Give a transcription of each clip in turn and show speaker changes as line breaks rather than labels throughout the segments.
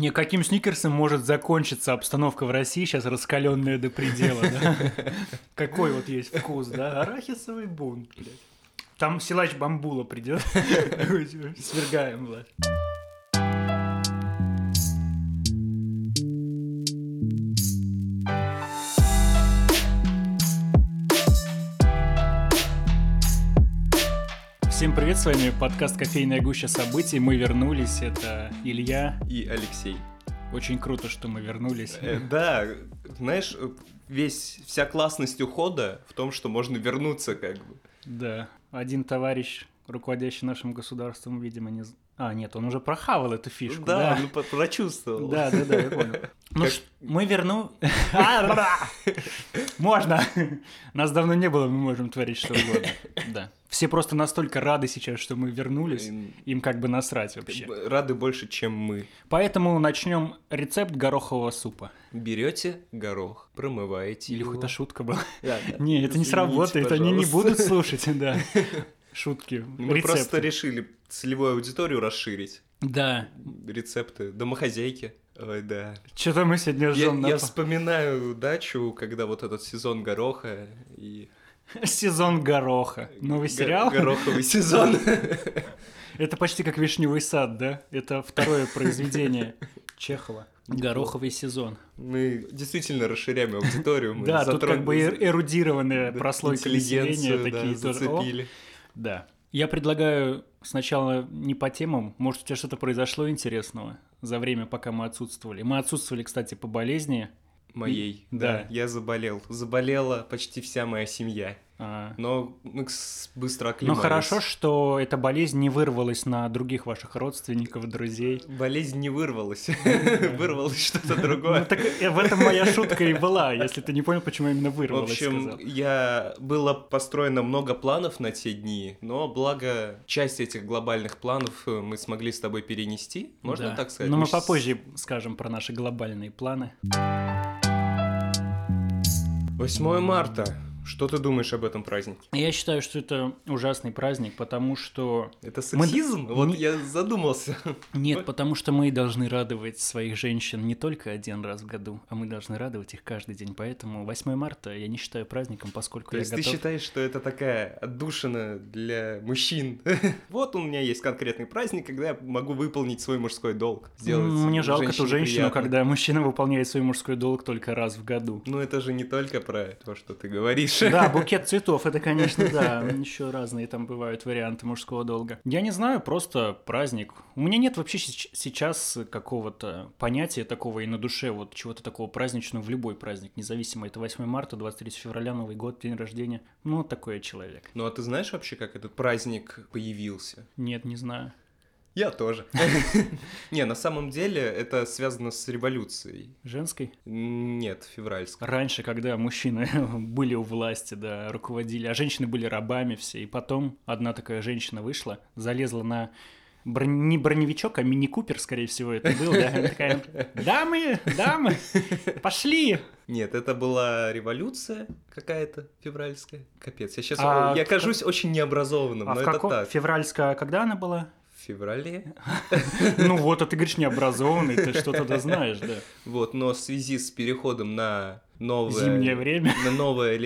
Никаким сникерсом может закончиться обстановка в России, сейчас раскаленная до предела, да? Какой вот есть вкус, да? Арахисовый бунт, блядь. Там силач бамбула придет. Свергаем, блядь. Всем привет, с вами подкаст «Кофейная гуща событий». Мы вернулись, это Илья.
И Алексей.
Очень круто, что мы вернулись.
Э, Да, знаешь, э, весь вся классность ухода в том, что можно вернуться как бы.
Да, один товарищ, руководящий нашим государством, видимо, не... з- А, нет, он уже прохавал эту фишку, да.
да, ну по- прочувствовал.
Да, да, да, я понял. Ну,
Как-
ш- мы верну... А, бра! Можно. Нас давно не было, мы можем творить что угодно. Да. Все просто настолько рады сейчас, что мы вернулись.
М,
Им как бы насрать
как
вообще.
бы Рады больше, чем мы.
Поэтому начнем рецепт горохового супа.
Берете горох, промываете
Или
его.
хоть это шутка была.
Да, да.
Не, это не
Извините,
сработает, они не
пожалуйста.
будут слушать, да. Шутки,
Мы просто
рецепты.
решили целевую аудиторию расширить.
Да,
Рецепты домохозяйки. Ой, да.
что-то мы сегодня
Я,
жжем
я вспоминаю дачу, когда вот этот сезон гороха и...
Сезон гороха. Новый
го-
сериал?
Гороховый сезон.
Это почти как «Вишневый сад», да? Это второе произведение Чехова. «Гороховый сезон».
Мы действительно расширяем аудиторию. мы
Да, тут как бы
затронули
эр- эрудированная
за-
прослойка населения.
интеллигенцию, да,
Такие тоже. О,
зацепили.
Да. Я предлагаю сначала не по темам. Может, у тебя что-то произошло интересного за время, пока мы отсутствовали. Мы отсутствовали, кстати, по болезни.
Моей.
да.
Да. Я заболел. Заболела почти вся моя семья.
А,
Но мы с- быстро
Но
оклемались.
Ну, хорошо, что эта болезнь не вырвалась на других ваших родственников, друзей.
Болезнь не вырвалась. Вырвалось что-то другое.
Ну, так э, в этом моя шутка и была, если ты не понял, почему я именно
В
вырвалась,
общем,
сказал.
я было построено много планов на те дни, но благо часть этих глобальных планов э, мы смогли с тобой перенести, можно
Да.
так сказать?
Но мы
щас-
попозже скажем про наши глобальные планы.
8 марта. Что ты думаешь об этом празднике?
Я считаю, что это ужасный праздник, потому что...
Это
Мы-
сексизм? Вот
не-
я задумался.
Нет, потому что мы должны радовать своих женщин не только один раз в году, а мы должны радовать их каждый день. Поэтому 8 марта я не считаю праздником, поскольку
То
я
есть ты
готов...
считаешь, что это такая отдушина для мужчин? Вот у меня есть конкретный праздник, когда я могу выполнить свой мужской долг. сделать
М, Мне жалко ту
женщине
женщину,
приятно.
когда мужчина выполняет свой мужской долг только раз в году.
Ну это же не только про то, что ты говоришь.
Да, букет цветов, это, конечно, да. Еще разные там бывают варианты мужского долга. Я не знаю, просто праздник. У меня нет вообще сеч- сейчас какого-то понятия такого и на душе вот чего-то такого праздничного в любой праздник, независимо, это 8 марта, 23 февраля, Новый год, день рождения. Ну, вот такой я человек.
Ну а ты знаешь вообще, как этот праздник появился?
Нет, не знаю.
Я тоже. Не, на самом деле это связано с революцией.
Женской?
Нет, февральской.
Раньше, когда мужчины были у власти, да, руководили, а женщины были рабами все, и потом одна такая женщина вышла, залезла на брон- не броневичок, а мини-купер, скорее всего, это был, ну да, она такая, дамы, дамы, пошли!
Нет, это была революция какая-то февральская. Капец, я сейчас...
А
Я
в-
кажусь очень необразованным,
А
но
в
Ну, это
каком?
так.
Февральская, а когда она была?
В феврале.
Ну вот, а ты говоришь необразованный, ты что тогда знаешь, да.
Вот, но в связи с переходом на новое...
Зимнее время.
На новое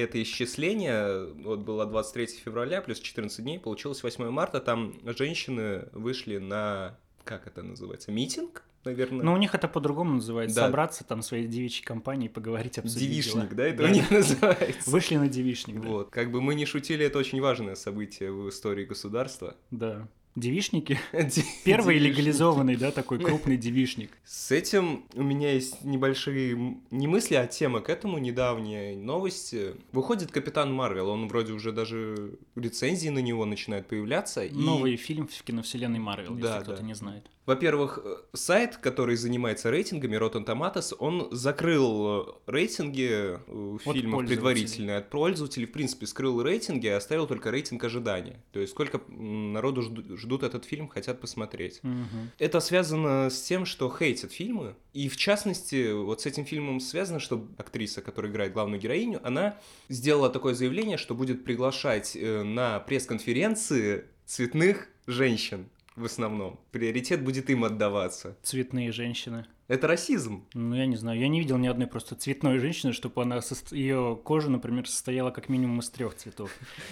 летоисчисление, вот было 23 февраля, плюс 14 дней, получилось 8 марта, там женщины вышли на, как это называется, митинг, наверное?
Но Ну, у них это по-другому называется.
Да.
Собраться там в своей девичьей компании, поговорить, обсудить
Девишник,
дела.
да, это у них называется?
Вышли на девичник, да.
Вот, как бы мы не шутили, это очень важное событие в истории государства.
Да. Девичники?
Ди-
Первый
девишник.
легализованный, да, такой крупный девичник.
С этим у меня есть небольшие м, не мысли, а тема к этому недавняя новость. Выходит Капитан Марвел, он вроде уже даже рецензии на него начинают появляться. и-
Новый фильм в киновселенной Марвел,
Да,
если кто-то
да.
не знает.
Во-первых, э, сайт, который занимается рейтингами, Rotten Tomatoes, он закрыл э, рейтинги э, фильмов
пользователей.
предварительные от пользователей, в принципе, скрыл рейтинги, а оставил только рейтинг ожидания. То есть сколько м, народу жду- ждут этот фильм, хотят посмотреть.
Мгм.
Это связано с тем, что хейтят фильмы. И в частности, вот с этим фильмом связано, что актриса, которая играет главную героиню, она сделала такое заявление, что будет приглашать э, на пресс-конференции цветных женщин в основном. Приоритет будет им отдаваться.
Цветные женщины.
Это расизм.
Ну, я не знаю, я не видел ни одной просто цветной женщины, чтобы она, сос- ее кожа, например, состояла как минимум из трех цветов.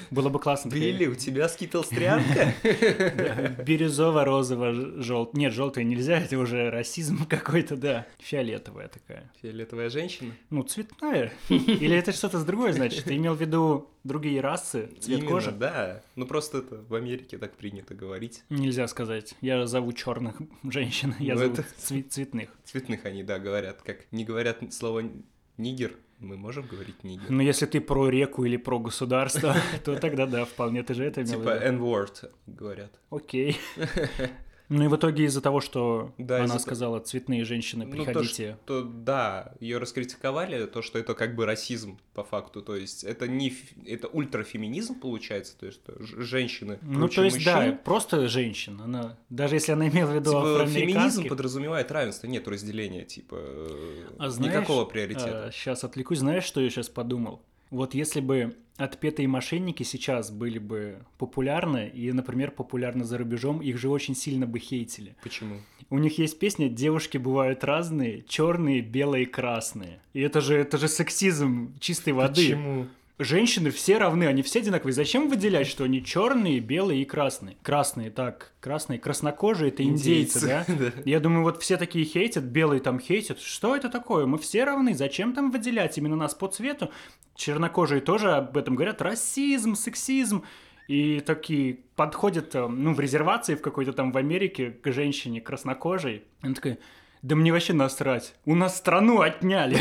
Было бы классно. такая
Билли, у тебя скитлстрянка?
Бирюзово-розово-желтый. Нет, желтый нельзя, это уже расизм какой-то, да. Фиолетовая такая.
Фиолетовая женщина.
Ну, цветная. Или это что-то другое, значит? Ты имел в виду другие расы, цвет
Именно,
кожи?
Да. Ну просто это в Америке так принято говорить.
Нельзя сказать. Я зову черных женщин, я
Ну,
зову
это-
цве- цветных.
Цветных они, да, говорят. Как не говорят слово нигер, мы можем говорить нигер.
Но если ты про реку или про государство, то тогда да, вполне ты же это имел в
Типа
виду.
N-word говорят.
Окей. Ну и в итоге из-за того, что
Да,
она
из-за-
сказала, цветные женщины,
Ну, то,
приходите.
что, да, ее раскритиковали, то, что это как бы расизм по факту, то есть это не, ф- это ультрафеминизм получается, то есть что ж- женщины
Ну,
круче
то есть, да,
мужчин.
просто женщина. Она, даже если она имела в виду
Типа, феминизм
афроамериканских,
подразумевает равенство, нет разделения, типа, э,
А знаешь,
никакого приоритета.
сейчас отвлекусь. Знаешь, что я сейчас подумал? Вот если бы отпетые мошенники сейчас были бы популярны, и, например, популярны за рубежом, их же очень сильно бы хейтили.
Почему?
У них есть песня «Девушки бывают разные, черные, белые, красные». И это же, это же сексизм чистой воды.
Почему?
Женщины все равны, они все одинаковые. Зачем выделять, что они черные, белые и красные? Красные, так, красные, краснокожие это индейцы, да? Я думаю, вот все такие хейтят, белые там хейтят. Что это такое? Мы все равны. Зачем там выделять именно нас по цвету? Чернокожие тоже об этом говорят. Расизм, сексизм. И такие подходят, э, ну, в резервации в какой-то там в Америке к женщине краснокожей. Она такая, да мне вообще насрать. У нас страну отняли.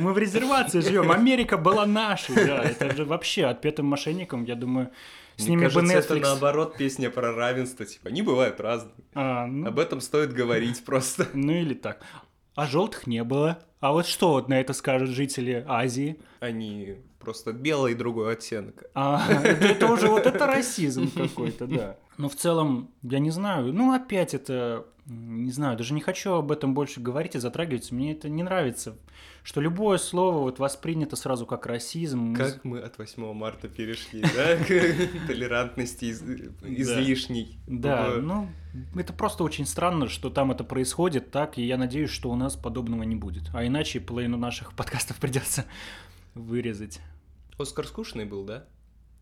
Мы в резервации живем. Америка была нашей. Да, это же вообще отпетым мошенникам, я думаю, с
Мне
ними бы
кажется, это
Netflix.
наоборот песня про равенство, типа, они бывают разные.
А, ну,
Об этом стоит говорить просто.
Ну или так. А желтых не было. А вот что вот на это скажут жители Азии?
Они просто белый другой оттенок.
А, это уже вот это расизм какой-то, да. Но в целом, я не знаю, ну опять это, м, не знаю, даже не хочу об этом больше говорить и затрагивать, мне это не нравится, что любое слово вот воспринято сразу как расизм.
Как мы от 8 марта перешли, да, к толерантности из- излишней.
Да,
В-
ну это просто очень странно, что там это происходит так, и я надеюсь, что у нас подобного не будет. А иначе половину наших подкастов придется вырезать.
Оскар скучный был, да?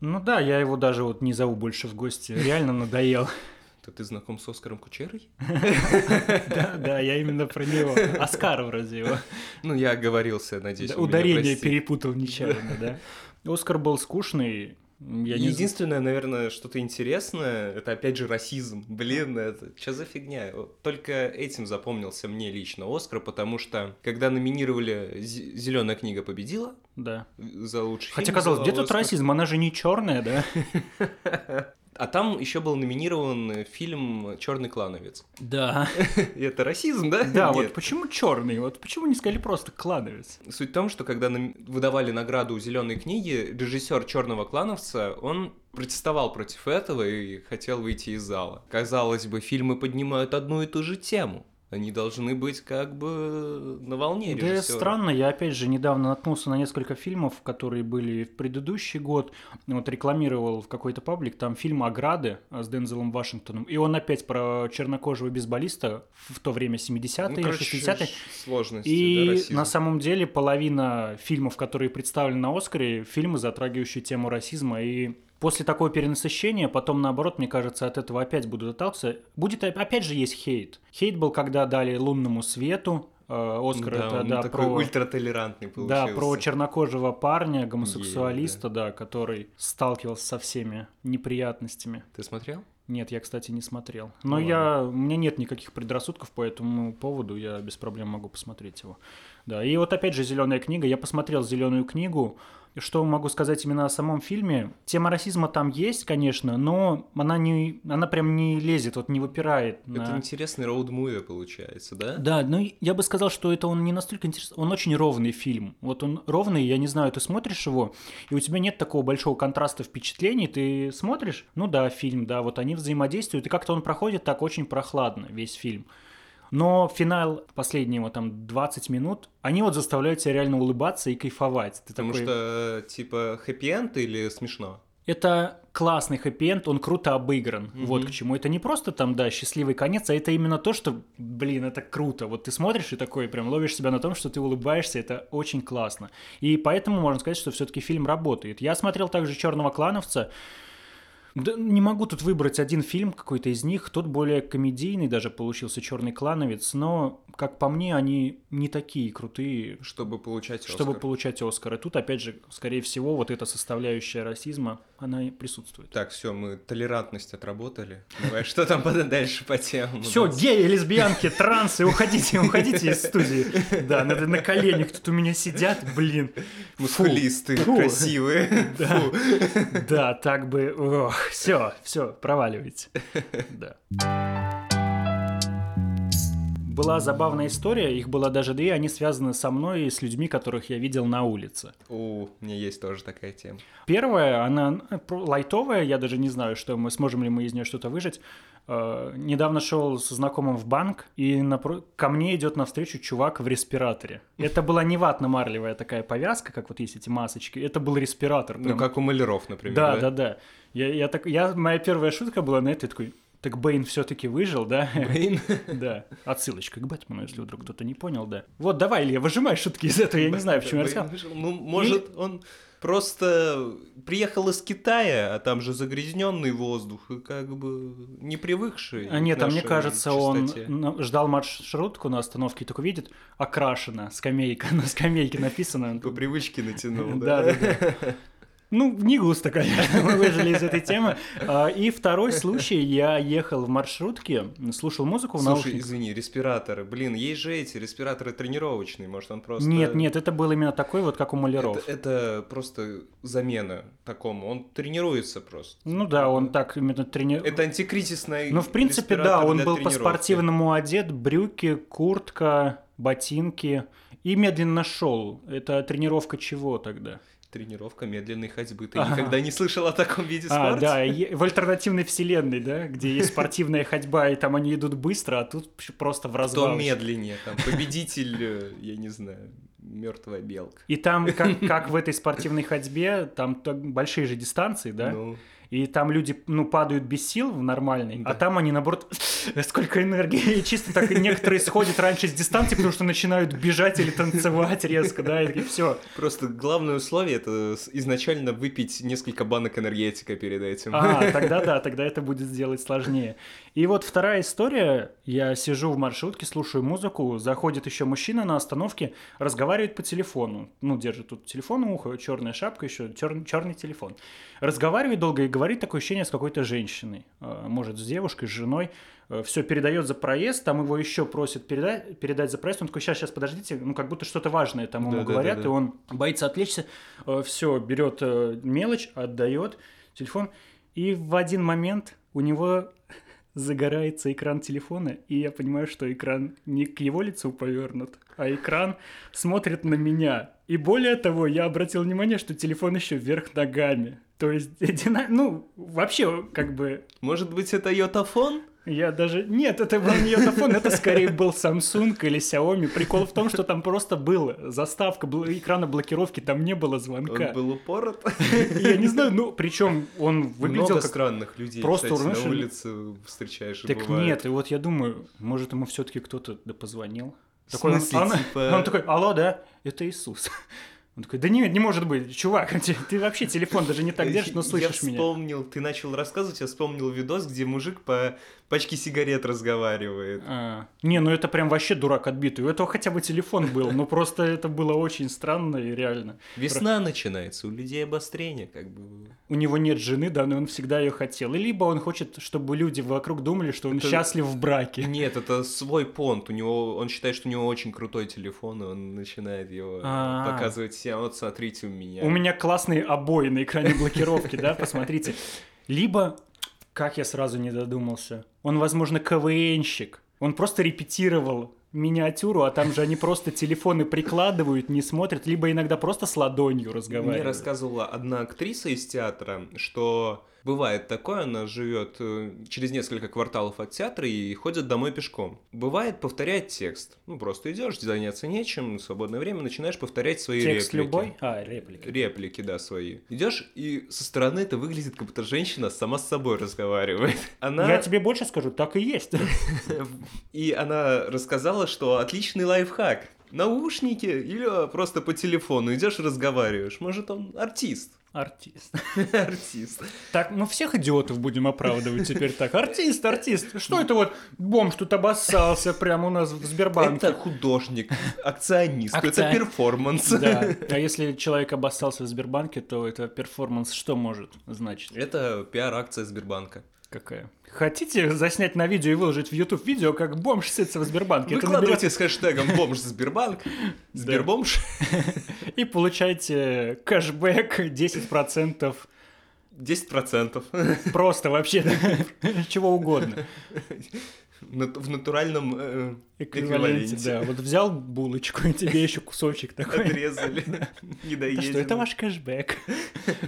Ну да, я его даже вот не зову больше в гости. Реально надоел.
То ты знаком с Оскаром Кучерой?
Да, да, я именно про него. Оскар вроде его.
Ну, я оговорился, надеюсь,
Да,
вы меня
Ударение
простите.
перепутал нечаянно, да. Оскар был скучный. Я не знаю.
Единственное, наверное, что-то интересное, это опять же расизм. Блин, это что за фигня? Вот Только этим запомнился мне лично Оскар, потому что когда номинировали Зеленая книга победила
Да.
за лучший
Хотя
фильм,
казалось,
взяла
где тут
Оскар.
расизм? Она же не черная, да?
А там еще был номинирован фильм Черный клановец.
Да.
И это расизм, да?
Да, вот
Нет.
почему черный? Вот почему не сказали просто клановец?
Суть в том, что когда нам выдавали награду зеленой книги, режиссер черного клановца, он протестовал против этого и хотел выйти из зала. Казалось бы, фильмы поднимают одну и ту же тему. Они должны быть как бы на волне
Да,
режиссера.
странно, я опять же недавно наткнулся на несколько фильмов, которые были в предыдущий год. Вот рекламировал в какой-то паблик там фильм «Ограды» а, с Дензелом Вашингтоном. И он опять про чернокожего бейсболиста в то время 70-е,
Ну, короче,
60-е.
ш- сложности, да,
И
расизм.
на самом деле половина фильмов, которые представлены на «Оскаре», фильмы, затрагивающие тему расизма. И после такого перенасыщения, потом наоборот, мне кажется, от этого опять будут отталкиваться. Будет оп- опять же есть хейт. Хейт был, когда дали «Лунному свету», э, Оскар,
да,
это
он
да,
такой
про...
ультратолерантный
Да,
получился.
про чернокожего парня, гомосексуалиста, да, который сталкивался со всеми неприятностями.
Ты смотрел?
Нет, я, кстати, не смотрел. Но
Ну ладно.
я, у меня нет никаких предрассудков по этому поводу, я без проблем могу посмотреть его. Да, и вот опять же зеленая книга. Я посмотрел зеленую книгу. И Что могу сказать именно о самом фильме? Тема расизма там есть, конечно, но она не, она прям не лезет, вот не выпирает. на-
Это интересный роуд-муви получается, да?
да, но я бы сказал, что это он не настолько интересный, он очень ровный фильм. Вот он ровный, я не знаю, ты смотришь его, и у тебя нет такого большого контраста впечатлений, ты смотришь, ну да, фильм, да, вот они взаимодействуют, и как-то он проходит так очень прохладно, весь фильм. Но финал последнего там 20 минут, они вот заставляют тебя реально улыбаться и кайфовать. Ты
Потому
такой,
что, типа, хэппи-энд или смешно?
это классный хэппи он круто обыгран.
Мгм.
Вот к чему. Это не просто там, да, счастливый конец, а это именно то, что, блин, это круто. Вот ты смотришь и такой прям ловишь себя на том, что ты улыбаешься, это очень классно. И поэтому можно сказать, что все-таки фильм работает. Я смотрел также Черного клановца. Да, не могу тут выбрать один фильм какой-то из них. Тот более комедийный даже получился Черный клановец, но, как по мне, они не такие крутые,
чтобы получать Оскар.
чтобы получать Оскар. И тут, опять же, скорее всего, вот эта составляющая расизма, она и присутствует.
Так, все, мы толерантность отработали. Давай, что там пода- дальше по темам? у
Все,
нас?
геи, лесбиянки, трансы, уходите, уходите из студии. Да, надо на коленях тут у меня сидят, блин. Фу.
Мускулистые,
Фу.
красивые.
Да.
Фу.
Да, так бы. Ох, все, все, проваливайте. Да. Была забавная история, их было даже две, они связаны со мной и с людьми, которых я видел на улице.
У, у меня есть тоже такая тема.
Первая, она э, про- лайтовая, я даже не знаю, что мы сможем ли мы из нее что-то выжить. Э, недавно шел со знакомым в банк, и напро- ко мне идет навстречу чувак в респираторе. Это была не ватно-марлевая такая повязка, как вот есть эти масочки. Это был респиратор.
Ну,
прям.
как у маляров, например.
да, да, да, Я, я так, я, моя первая шутка была на это я такой. Так Бэйн все-таки выжил, да?
Блин.
Да. Отсылочка к Бэтмену, если вдруг кто-то не понял, да. Вот, давай, Илья, выжимай шутки из этого, я не знаю, почему я
Блин,
рассказал.
вышел. Ну, может, он просто приехал из Китая, а там же загрязненный воздух, и как бы не привыкший.
А
к
Нет, а мне
нашей
кажется, он
чистоте.
на- ждал маршрутку на остановке, и только видит, окрашена скамейка, на скамейке написано. Он
По
такой,
привычке натянул,
Да, да, да. Ну, не густо, конечно, мы выжили из этой темы. А, И второй случай, я ехал в маршрутке, слушал музыку в
Слушай,
наушниках.
извини, респираторы. Блин, есть же эти респираторы тренировочные, может, он просто...
Нет, нет, это был именно такой вот, как у
Это,
маляров.
это просто замена такому. Он тренируется просто.
Ну да, он так именно тренировал.
Это антикризисный
Ну, в принципе, да,
респиратор
он
для
был
тренировки.
по-спортивному одет, брюки, куртка, ботинки. И медленно шел. Это тренировка чего тогда?
Тренировка медленной ходьбы. Ты
Ага.
никогда не слышал о таком виде
а,
спорта?
да, е- в альтернативной вселенной, да, где есть спортивная ходьба, и там они идут быстро, а тут пш- просто в
Кто
разгон.
медленнее, там, победитель, э, я не знаю, мертвая белка.
И там, как, как в этой спортивной ходьбе, там так большие же дистанции, да?
Ну,
И там люди, ну, падают без сил в нормальной, а
Да.
там они, наоборот, сколько энергии. И чисто так некоторые сходят раньше с дистанции, потому что начинают бежать или танцевать резко, да, и все.
просто главное условие это с- изначально выпить несколько банок энергетика перед этим.
А, тогда да, тогда это будет сделать сложнее. И вот вторая история. Я сижу в маршрутке, слушаю музыку, заходит еще мужчина на остановке, разговаривает по телефону. Ну, держит тут телефон у уха, черная шапка еще, черный телефон. Разговаривает долго и говорит такое ощущение с какой-то женщиной. Э, Может, с девушкой, с женой. Все передает за проезд, там его еще просят передать, передать за проезд. Он такой, сейчас, сейчас, подождите. Ну, как будто что-то важное там ему
Да-да-да-да.
говорят, и он боится отвлечься. Все, берет э, мелочь, отдает телефон. И в один момент у него загорается экран телефона, и я понимаю, что экран не к его лицу повернут, а экран смотрит на меня. И более того, я обратил внимание, что телефон еще вверх ногами. То есть, дина- ну, вообще, как бы,
Может быть, это йотафон?
я даже... Нет, это был не йотафон, это скорее был Samsung или Xiaomi. Прикол в том, что там просто была заставка бл- экрана блокировки, там не было звонка.
Он был упорот.
Я не знаю, ну, причем он выглядел
Много
как
странных людей,
просто
кстати,
урнувший-
на улице встречаешь и
Так
бывает.
нет, и вот я думаю, может, ему все-таки кто-то да позвонил.
В
Такой, он-
смысле,
он,
типа-
он такой, алло, да, это Иисус. Он такой, да нет, не может быть, чувак, ты, ты вообще телефон даже не так держишь,
ну,
но слышишь
я
меня.
вспомнил, ты начал рассказывать, я вспомнил видос, где мужик по пачке сигарет разговаривает.
А, не, ну это прям вообще дурак отбитый. У этого хотя бы телефон был, но просто это было очень странно и реально.
Весна начинается, у людей обострение, как бы.
У него нет жены, да, но он всегда ее хотел. И либо он хочет, чтобы люди вокруг думали, что он
Это-
счастлив в браке.
Нет, это свой понт. У него он считает, что у него очень крутой телефон, и он начинает его э,
А.
показывать всем. Вот смотрите у меня.
У меня классные обои на экране блокировки, да, посмотрите. Либо, как я сразу не додумался, он, возможно, КВНщик. Он просто репетировал миниатюру, а там же они просто телефоны прикладывают, не смотрят, либо иногда просто с ладонью
Мне
разговаривают.
рассказывала одна актриса из театра, что Бывает такое, она живет э, через несколько кварталов от театра и ходит домой пешком. Бывает повторять текст. Ну, просто идешь, заняться нечем, в свободное время начинаешь повторять свои
Текст
реплики.
любой? А, реплики.
Реплики, да, свои. Идешь, и со стороны это выглядит, как будто женщина сама с собой разговаривает. Она...
Я типа тебе больше скажу, так и есть.
И она рассказала, что отличный лайфхак. Наушники или просто по телефону идешь и разговариваешь. Может, он артист.
Артист.
Артист.
Так, мы всех идиотов будем оправдывать теперь так. Артист, артист. Что это вот бомж тут обоссался прямо у нас в Сбербанке?
Это художник, акционист, это
Акцион-
перформанс.
Да. А если человек обоссался в Сбербанке, то это перформанс что может значить?
Это пиар-акция Сбербанка.
Какая? Хотите заснять на видео и выложить в YouTube видео, как бомж сытся в Сбербанке? Это
Ну, Выкладывайте с хэштегом бомж Сбербанк, Сбербомж.
наберете- И получайте кэшбэк 10%
10%
просто вообще чего угодно.
Нат- в натуральном э,
Эквиваленте, да. Вот взял булочку, и тебе еще кусочек такой.
Отрезали. Не
«Да что это
доедено.
ваш кэшбэк?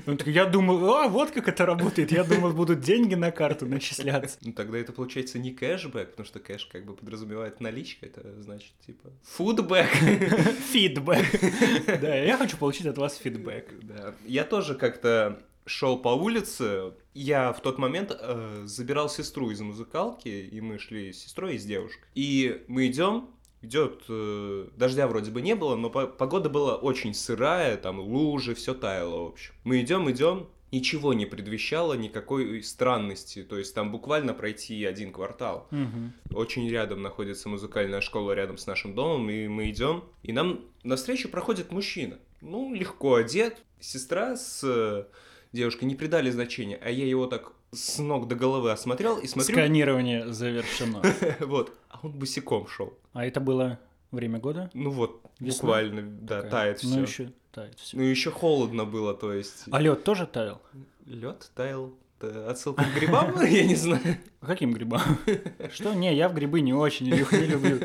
Он такой, я думал, а, вот как это работает. Я думал, будут деньги на карту начисляться.
Ну, тогда это получается не кэшбэк, потому что кэш как бы подразумевает наличка, это значит типа фудбэк.
Фидбэк. Да, я хочу получить от вас фидбэк.
Да. Я тоже как-то шел по улице. Я в тот момент э, забирал сестру из музыкалки, и мы шли с сестрой и с девушкой. И мы идем, идет э, дождя вроде бы не было, но по- погода была очень сырая, там лужи, все таяло, в общем. Мы идем, идем, ничего не предвещало никакой странности. То есть там буквально пройти один квартал.
Мгм.
Очень рядом находится музыкальная школа рядом с нашим домом, и мы идем. И нам навстречу проходит мужчина. Ну, легко одет. Сестра с э, девушкой не придали значения, а я его так с ног до головы осмотрел и смотрю.
Сканирование завершено.
Вот. А он босиком шел.
А это было время года?
Ну вот,
Весна
буквально, да,
Такая.
тает все.
Ну еще тает все.
Ну еще холодно было, то есть.
А лед тоже таял?
Лед таял. Э, Отсылка к грибам, я не знаю.
По А Каким грибам? Что? Не, я в грибы не очень, их не люблю.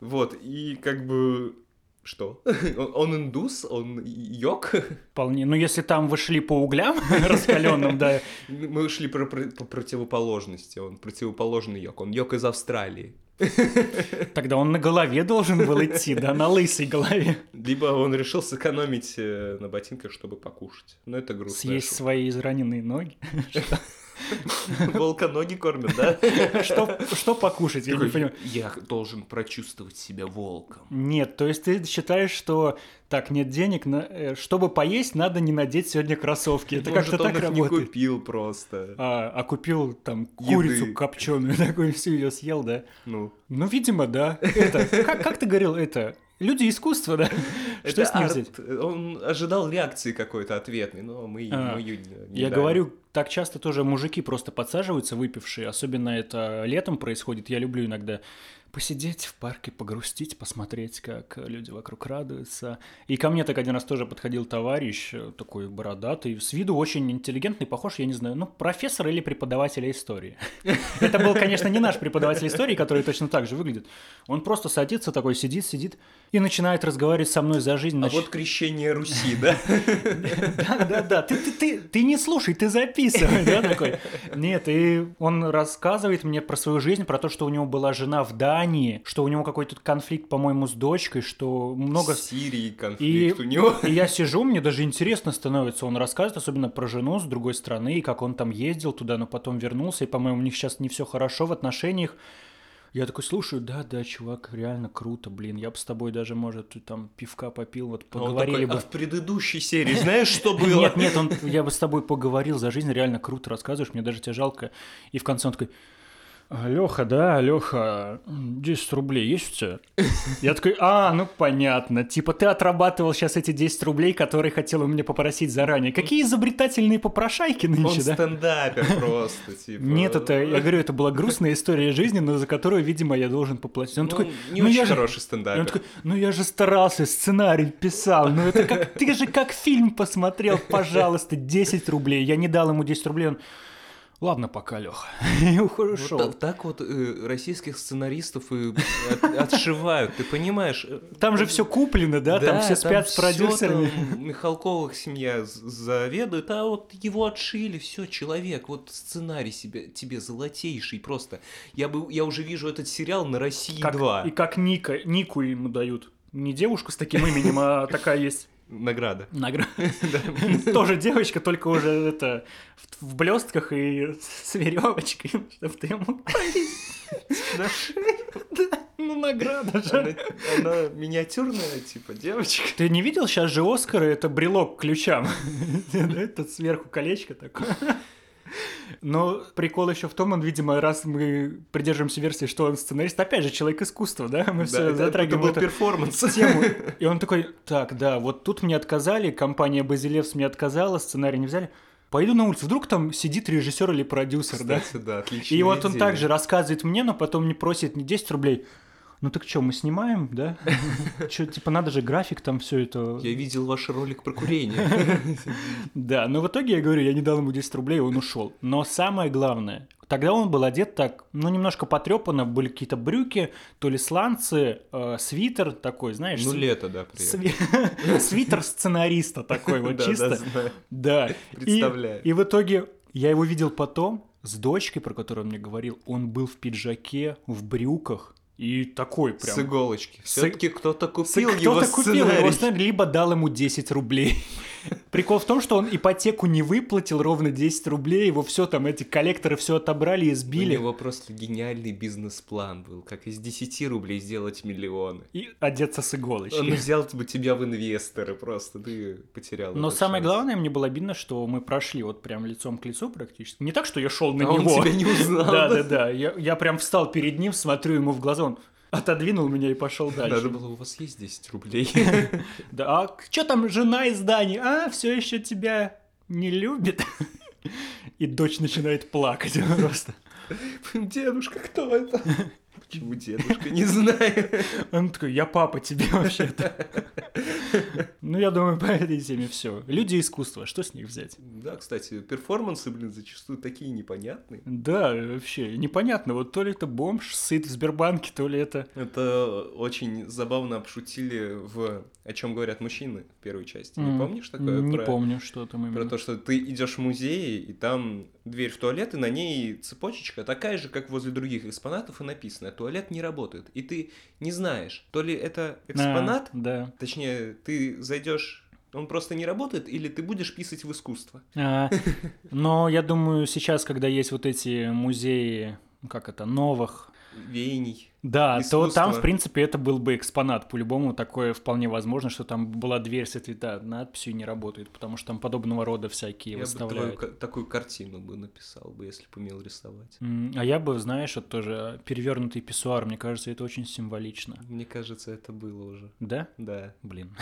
Вот, и как бы. Что? Он он индус, он йог.
Вполне. Ну, если там вы шли по углям раскаленным, да,
Мы шли про, про- по противоположности. Он противоположный йог. Он йог из Австралии.
тогда он на голове должен был идти, да, на лысой голове.
Либо он решил сэкономить э, на ботинках, чтобы покушать. Но это грустно.
Съесть свои израненные ноги.
Волка ноги кормят, да?
Что, что покушать, я не понимаю.
Я должен прочувствовать себя волком.
Нет, то есть ты считаешь, что так, нет денег, на- э, чтобы поесть, надо не надеть сегодня кроссовки. Это
Может,
как-то
он
так
их не
работает.
купил просто.
А, а купил там
Еды.
курицу копченую, такую всю ее съел, да?
Ну,
Ну, видимо, да. Это, как, как ты говорил, это люди искусства, да? Что
это
с ним
арт.
взять?
Он ожидал реакции какой-то ответной, но мы,
А,
мы ее не- не
Я
дали.
говорю, так часто тоже мужики просто подсаживаются, выпившие, особенно это летом происходит, я люблю иногда посидеть в парке, погрустить, посмотреть, как люди вокруг радуются. И ко мне так один раз тоже подходил товарищ, э, такой бородатый, с виду очень интеллигентный, похож, я не знаю, ну, профессор или преподаватель истории. Это был, конечно, не наш преподаватель истории, который точно так же выглядит. Он просто садится такой, сидит, сидит и начинает разговаривать со мной за жизнь.
А
нач-
вот крещение Руси, да?
да, да, да. Ты, ты, ты, ты не слушай, ты записывай, да, такой. Нет, и он рассказывает мне про свою жизнь, про то, что у него была жена в Дании, что у него какой-то конфликт, по-моему, с дочкой, что много...
В Сирии конфликт у него.
И я сижу, мне даже интересно становится. Он рассказывает, особенно про жену с другой страны, и как он там ездил туда, но потом вернулся, и, по-моему, у них сейчас не все хорошо в отношениях. Я такой слушаю, да, да, чувак, реально круто, блин, я бы с тобой даже, может, там пивка попил, вот
А он
поговорили
такой,
бы.
«А в предыдущей серии знаешь, что было?
Нет, нет, он, я бы с тобой поговорил за жизнь, реально круто рассказываешь, мне даже тебя жалко. И в конце он такой, Леха, да, Леха, 10 рублей есть у тебя? Я такой, а, ну понятно, типа ты отрабатывал сейчас эти 10 рублей, которые хотел у меня попросить заранее. Какие изобретательные попрошайки
Он
нынче, да?
стендапер просто, типа.
Нет, это, я говорю, это была грустная история жизни, но за которую, видимо, я должен поплатить. Он
Ну,
такой,
не
ну,
очень
я же-
хороший
и он
стендапер.
такой, ну я же старался, сценарий писал, ну это как, ты же как фильм посмотрел, пожалуйста, 10 рублей. Я не дал ему 10 рублей, он, Ладно, пока, Леха. И ухожу
Вот та- так вот э, российских сценаристов и от- отшивают, ты понимаешь?
Там же все куплено, да? Там все спят с
всё
продюсерами.
там Михалковых семья з- заведует, а вот его отшили, все, человек, вот сценарий себе, тебе золотейший просто. Я, бы, я уже вижу этот сериал на России
Как-
2.
И как Ника, Нику ему дают. Не девушку с таким именем, а такая есть.
Награда.
Награ-
Да.
Тоже девочка, только уже это в- в блестках и с веревочкой, чтобы ты ему
Да.
Ну, награда
Она она миниатюрная, типа, девочка.
Ты не видел сейчас же Оскара? Это брелок к ключам. Это сверху колечко такое. Но прикол еще в том, он, видимо, раз мы придерживаемся версии, что он сценарист, опять же, человек искусства, да? Мы
Да,
все
это- это
затрагиваем
был
эту
перформанс.
тему. И он такой, так, да, вот тут мне отказали, компания Базилевс мне отказала, сценарий не взяли. Пойду на улицу, вдруг там сидит режиссер или продюсер, да?
Кстати, да, отличная
И вот он
идея.
также рассказывает мне, но потом не просит ни 10 рублей. Ну так что, мы снимаем, да? Че, типа, надо же график там все это.
Я видел ваш ролик про курение.
Да, но в итоге я говорю, я не дал ему 10 рублей, и он ушел. Но самое главное, тогда он был одет так, ну, немножко потрепанно, были какие-то брюки, то ли сланцы, э, свитер такой, знаешь,
Ну,
сви-
лето, да, приехал.
сви- свитер сценариста такой вот
Да, да,
чисто.
знаю.
Да. И-
Представляю.
И, в итоге я его видел потом с дочкой, про которую он мне говорил. Он был в пиджаке, в брюках и такой прям.
С иголочки.
С-
Все-таки кто-то
С-
купил
кто-то
его
купил
сценарий.
его сценарий, либо дал ему 10 рублей. Прикол в том, что он ипотеку не выплатил ровно 10 рублей, его все там, эти коллекторы все отобрали и
У
сбили.
него просто гениальный бизнес-план был, как из 10 рублей сделать миллионы.
И одеться с иголочки.
Он взял бы тебя в инвесторы просто, ты потерял
Но
этот
самое
шанс.
главное, мне было обидно, что мы прошли вот прям лицом к лицу практически. Не так, что я шел на
А он
него.
тебя не узнал.
Да, да, да. Я, я прям встал перед ним, смотрю ему в глаза, он отодвинул меня и пошел
Надо
дальше.
было, у вас есть 10 рублей.
Да, а что там жена из Дании? А, все еще тебя не любит. И дочь начинает плакать просто.
Дедушка, кто это? Почему дедушка? Не знаю.
Он такой, я папа тебе вообще-то. Ну, я думаю, по этой теме все. Люди искусства, что с них взять?
Да, кстати, перформансы, блин, зачастую такие непонятные.
Да, вообще, непонятно, вот то ли это бомж сыт в Сбербанке, то ли это...
Это очень забавно обшутили в «О чем говорят мужчины» в первой части. Не
М,
помнишь такое?
Не
Про-
помню, что там именно.
Про то, что ты идешь в музей, и там дверь в туалет, и на ней цепочечка такая же, как возле других экспонатов, и написано «Туалет не работает». И ты не знаешь, то ли это
А,
экспонат,
Да.
точнее, ты зайдешь, он просто не работает, или ты будешь писать в искусство.
А, Но я думаю, сейчас, когда есть вот эти музеи, ну, как это, новых,
Вений.
да, то там,
Искусство.
в принципе, это был бы экспонат. По-любому такое вполне возможно, что там была дверь с этой да, надписью и не работает, потому что там подобного рода всякие
Я бы
выставляют.
твою ка- такую картину бы написал бы, если бы умел рисовать.
М, А я бы, знаешь, вот тоже перевернутый писсуар, мне кажется, это очень символично.
Мне кажется, это было уже.
Да?
Да.
Блин.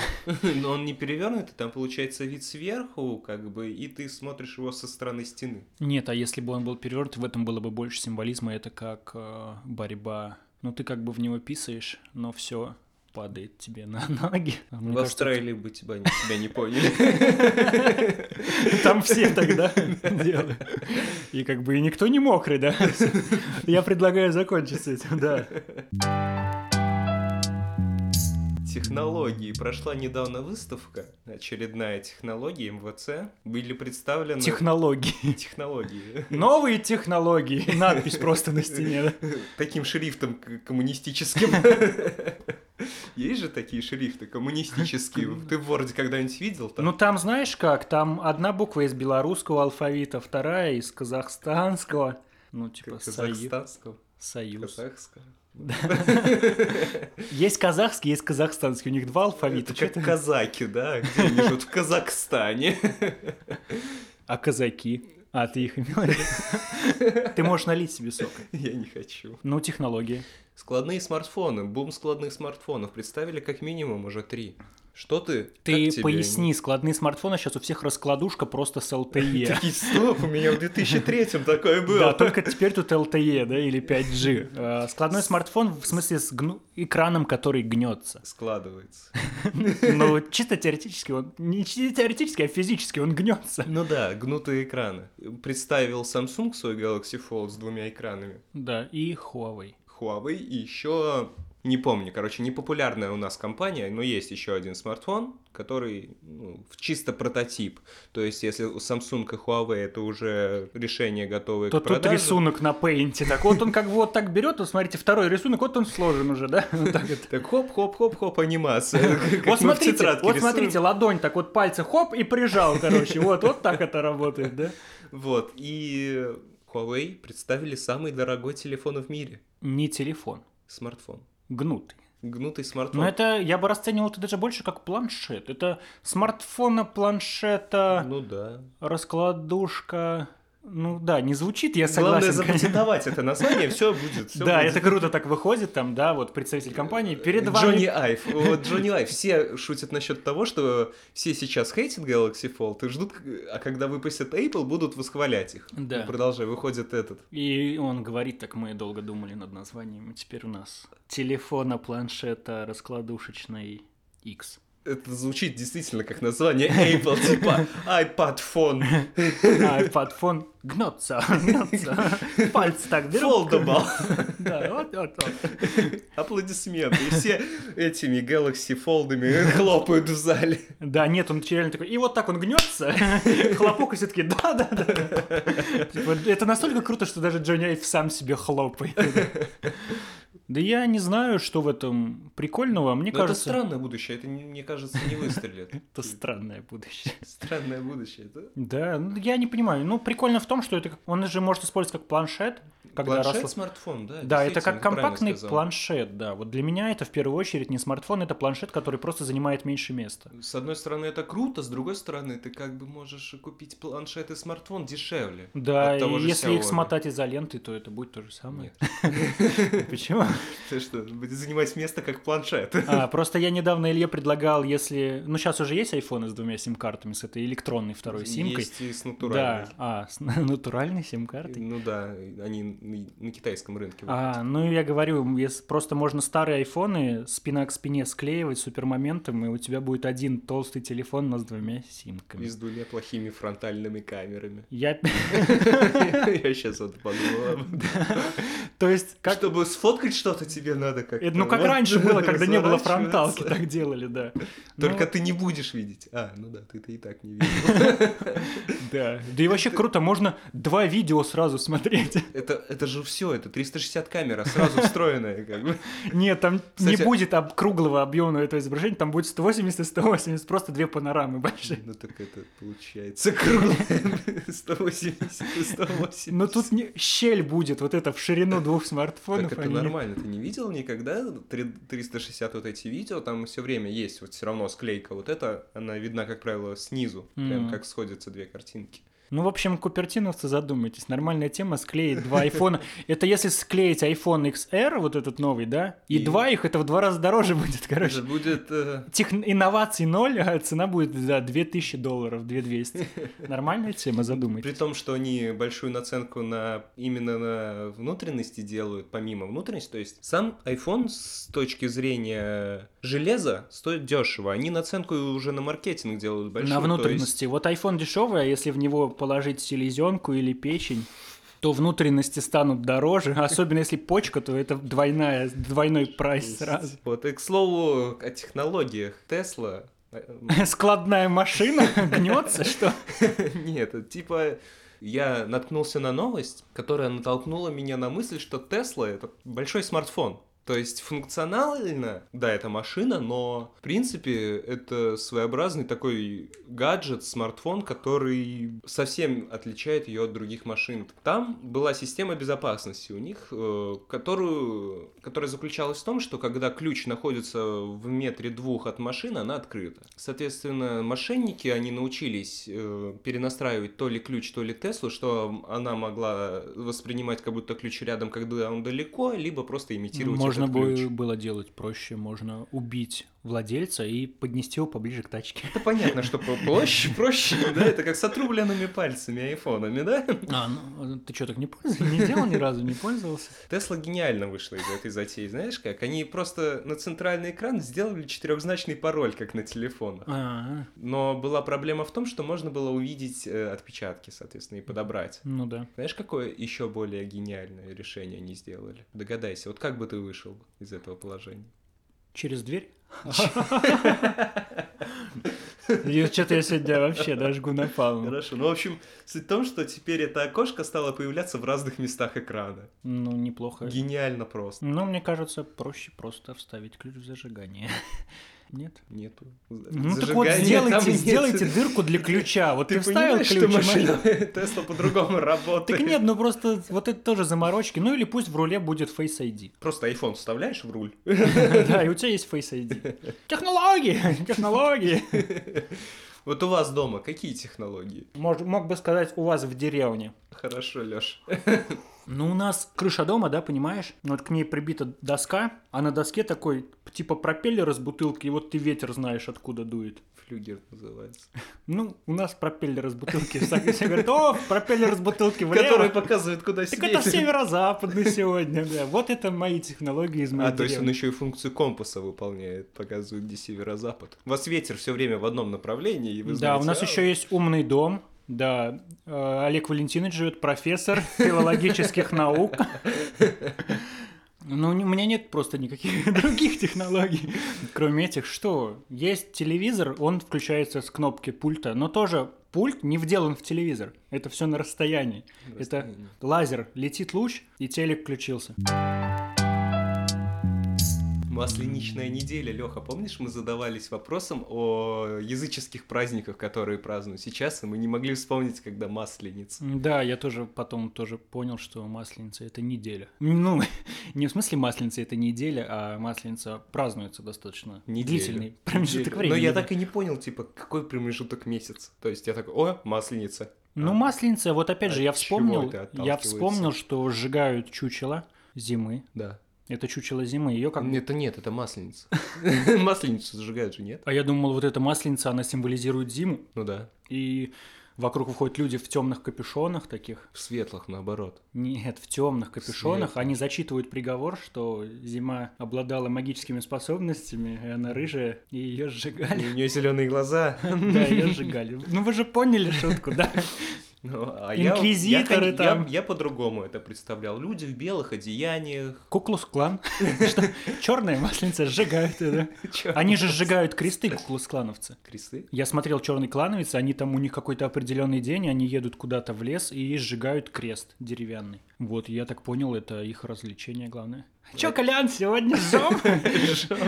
Но он не перевернутый, там получается вид сверху, как бы, и ты смотришь его со стороны стены.
Нет, а если бы он был перевернут, в этом было бы больше символизма. Это как э, борьба. Ну, ты как бы в него писаешь, но все падает тебе на ноги. А мне
в
кажется,
Австралии бы тебя, не- тебя не поняли.
Там все тогда делают. И как бы и никто не мокрый, да? Я предлагаю закончить с этим, да.
Технологии. Прошла недавно выставка, очередная технология МВЦ. Были представлены...
Технологии.
Технологии.
Новые технологии. Надпись просто на стене. да.
Таким шрифтом к- коммунистическим. Есть же такие шрифты коммунистические. Ты в Word когда-нибудь видел? там?
Ну там знаешь как, там одна буква из белорусского алфавита, вторая из казахстанского. Ну, типа
К-
сою-
казахстанского.
союз.
Казахского.
Есть казахский, есть казахстанский. У них два алфавита.
Это
Чё
как
ты-
казаки, да? Где они живут? В Казахстане.
А казаки? А, ты их имел? в виду? Ты можешь налить себе сок.
Я не хочу.
Ну, технологии.
Складные смартфоны, бум складных смартфонов представили как минимум уже три. Что ты?
Ты
Как тебе?
поясни, складные смартфоны а сейчас у всех раскладушка просто с LTE.
Такие, стоп, у меня в 2003-м такое
Да,
было.
только теперь тут LTE, да, или 5G. Э, Складной смартфон, в смысле, с гну- экраном, который гнется.
Складывается.
Ну, чисто теоретически он... Не чисто теоретически, а физически он гнется.
Ну да, гнутые экраны. Представил Samsung свой Galaxy Fold с двумя экранами.
Да, и Huawei.
Huawei и еще не помню, короче, непопулярная у нас компания, но есть еще один смартфон, который ну, в чисто прототип. То есть, если у Samsung и Huawei это уже решение готовое
То
к
тут
продаже.
рисунок на пейнте. Так вот он как бы вот так берет, вот смотрите, второй рисунок, вот он сложен уже, да? Вот так вот.
Так хоп-хоп-хоп-хоп, анимация. как мы
Вот
в
смотрите,
тетрадке
вот
рисуем.
смотрите, ладонь так вот пальцы хоп и прижал, короче, вот, вот так это работает, да?
Вот, и Huawei представили самый дорогой телефон в мире.
Не телефон,
Смартфон.
гнутый.
Гнутый
Но
смартфон.
это, я бы расценивал это даже больше как планшет. Это смартфона, планшета,
Ну да.
раскладушка. Ну да, не звучит, я
Главное
согласен. конечно.
запатентовать это название, все будет. всё
Да,
будет.
это круто так выходит там, да, вот представитель компании перед вами.
Джонни Айв. Вот Джонни Айв. Все шутят насчет того, что все сейчас хейтят Galaxy Fold и ждут, а когда выпустят Apple, будут восхвалять их.
Да.
Продолжай, выходит этот.
И он говорит, так мы долго думали над названием, и теперь у нас телефона, планшета, раскладушечный X.
Это звучит действительно как название Apple, типа iPad Phone
А iPad гнется, гнется. Пальцы так берут.
Foldable.
Да, вот, вот, вот.
Аплодисменты. И все этими Galaxy Fold'ами хлопают в зале.
Да, нет, он реально такой, и вот так он гнется. Хлопок и все таки да, да, да. Типа, Это настолько круто, что даже Джонни Айв сам себе хлопает. Да я не знаю, что в этом прикольного, мне
Но это
кажется...
странное будущее, это, не- мне кажется, не выстрелит.
Это странное будущее.
Странное будущее, да?
Да, ну, я не понимаю. Ну, прикольно в том, что это как- он же может использовать как планшет, когда
Планшет,
росла-
смартфон, да.
Да, это
действительно,
как
ты правильно
компактный
сказал.
планшет, да. Вот для меня это в первую очередь не смартфон, это планшет, который просто занимает меньше места.
С одной стороны, это круто, с другой стороны, ты как бы можешь купить планшет и смартфон дешевле.
Да,
от того
и
же
если
Xiaomi.
их смотать изолентой, то это будет то же самое.
Нет,
Почему?
ты что, будет занимать место как планшет.
А, Просто я недавно Илье предлагал, если... Ну, сейчас уже есть айфоны с двумя сим-картами, с этой электронной второй симкой.
Есть и с натуральной.
Да, а, с натуральной сим-картой.
Ну да, они на на китайском рынке.
А, ну я говорю, если просто можно старые айфоны спина к спине склеивать супермоментом, и у тебя будет один толстый телефон, но с двумя
выходят. И
симками.
с двумя плохими фронтальными камерами.
Я...
Я сейчас вот подумал.
То есть, как...
Как... Чтобы сфоткать что-то, тебе надо как
э, Ну, как раньше было, когда не было фронталки, так делали, да.
Только
Ну,
ты не будешь видеть. А, ну да, ты-то и так не видел.
Да. Да и вообще круто, можно два видео сразу смотреть.
Это, это же все, это 360 камера, сразу встроенная, как бы.
Нет, там не
Кстати-
будет об- круглого объемного этого изображения, там будет 180 и 180, просто две панорамы большие.
Ну так это получается круглая 180, 180.
Но Ну, тут не... щель будет, вот это в ширину двух смартфонов.
Так это
они не-
нормально, ты не видел никогда три- 360 вот эти видео, там все время есть вот все равно склейка вот эта, она видна, как правило, снизу, прям
Мгм.
как сходятся две картинки.
Ну, в общем, купертиновцы, задумайтесь, нормальная тема склеить два айфона. Это если склеить iPhone XR, вот этот новый, да, и,
И-
два их, это в два раза дороже будет,
Это
короче.
будет... э,
Тех... Инноваций ноль, а цена будет за 2000 долларов, 2200. Нормальная тема,
При
задумайтесь.
том, что они большую наценку на именно на внутренности делают, помимо внутренности, то есть сам iPhone с точки зрения железа стоит дешево. Они наценку уже на маркетинг делают большую.
На
то есть-
внутренности. Вот iPhone дешевый, а если в него положить селезенку или печень, то внутренности станут дороже, особенно если почка, то это двойная, двойной прайс сразу.
Вот, и к слову о технологиях. Тесла... э,
Складная машина гнется, что?
Нет, это типа... Я наткнулся на новость, которая натолкнула меня на мысль, что Тесла — это большой смартфон. То есть функционально, да, это машина, но в принципе это своеобразный такой гаджет, смартфон, который совсем отличает ее от других машин. Там была система безопасности у них, э, которую, которая заключалась в том, что когда ключ находится в метре двух от машины, она открыта. Соответственно, мошенники, они научились э, перенастраивать то ли ключ, то ли Теслу, что она могла воспринимать как будто ключ рядом, когда он далеко, либо просто имитировать
можно
этот
бы
ключ.
было делать проще, можно убить владельца и поднести его поближе к тачке.
Это понятно, что по- проще, проще, да, это как с отрубленными пальцами, айфонами, да?
А, ну, ты что, так не пользовался? Не делал ни разу, не пользовался?
Тесла гениально вышла из этой затеи, знаешь как? Они просто на центральный экран сделали четырехзначный пароль, как на телефонах.
А,
Но была проблема в том, что можно было увидеть э, отпечатки, соответственно, и подобрать.
ну да.
Знаешь, какое еще более гениальное решение они сделали? Догадайся, вот как бы ты вышел из этого положения?
Через дверь? Что-то я сегодня вообще дожгу напалм.
Хорошо. Ну, в общем, суть в том, что теперь это окошко стало появляться в разных местах экрана.
Ну, неплохо.
Гениально просто.
Но мне кажется, проще просто вставить ключ в зажигание. Нет?
Нету.
Ну так вот,
Зажигания там
сделайте,
нет.
сделайте дырку для ключа. Вот ты
Ты,
вставил
понимаешь, что
ключ, и машина
машина Тесла по-другому работает?
Так нет, ну просто вот это тоже заморочки. Ну или пусть в руле будет Face ID.
Просто iPhone вставляешь в руль.
Да, и у тебя есть Face ID. Технологии, технологии.
Вот у вас дома какие технологии?
Мож- Мог бы сказать, у вас в деревне.
Хорошо, Лёш.
Ну, у нас крыша дома, да, понимаешь? Ну, Вот к ней прибита доска, а на доске такой, типа пропеллер из бутылки, и вот ты ветер знаешь, откуда дует.
Флюгер называется.
Ну, у нас пропеллер из бутылки. Все говорят, о, пропеллер из бутылки влево.
Который показывает, куда
Так это
сидеть.
северо-западный сегодня, да. Вот это мои технологии из моей
А, то есть он
деревни.
еще и функцию компаса выполняет, показывает, где северо-запад. У вас ветер все время в одном направлении, и вы
Да,
знаете,
у нас
«А,
еще есть умный дом. Да, Э, Олег Валентинович живет профессор филологических наук. Ну, не- у меня нет просто никаких других технологий, кроме этих. Что? Есть телевизор, он включается с кнопки пульта, но тоже пульт не вделан в телевизор. Это все на расстоянии. Это
расстояние».
лазер, летит луч, и телек включился.
Масленичная неделя, Леха, помнишь, мы задавались вопросом о языческих праздниках, которые празднуют сейчас, и мы не могли вспомнить, когда масленица.
Да, я тоже потом тоже понял, что масленица это неделя. Ну, не в смысле масленица это неделя, а масленица празднуется достаточно
Неделю.
длительный промежуток
Неделю.
времени.
Но Ну, я
да.
так и не понял, типа, какой промежуток месяца. То есть я такой, о, масленица.
Ну,
А,
масленица, вот опять
от
же, я
А чего
вспомнил,
это
я
отталкивается?
вспомнил, что сжигают чучело зимы.
Да.
Это чучело зимы, ее как бы-
Это нет, это масленица. Масленицу сжигают же, нет?
А я думал, вот эта масленица, она символизирует зиму,
Ну да.
и вокруг выходят люди в темных капюшонах таких.
В светлых, наоборот.
Нет, в темных капюшонах
Светлых.
они зачитывают приговор, что зима обладала магическими способностями, и она рыжая, и ее
И
сжигали.
у нее зеленые глаза.
Да, ее сжигали. Ну вы же поняли шутку, да?
Ну, а
Инквизиторы
я, я,
там.
Я, я по-другому это представлял. Люди в белых одеяниях.
Куклус клан. Что? Черные масленицы сжигают это.
Чё?
Они же сжигают кресты, куклус клановцы.
Кресты?
Я смотрел черный клановец, они там у них какой-то определенный день, они едут куда-то в лес и сжигают крест деревянный. Вот, я так понял, это их развлечение главное. Чё, Колян, сегодня жжём?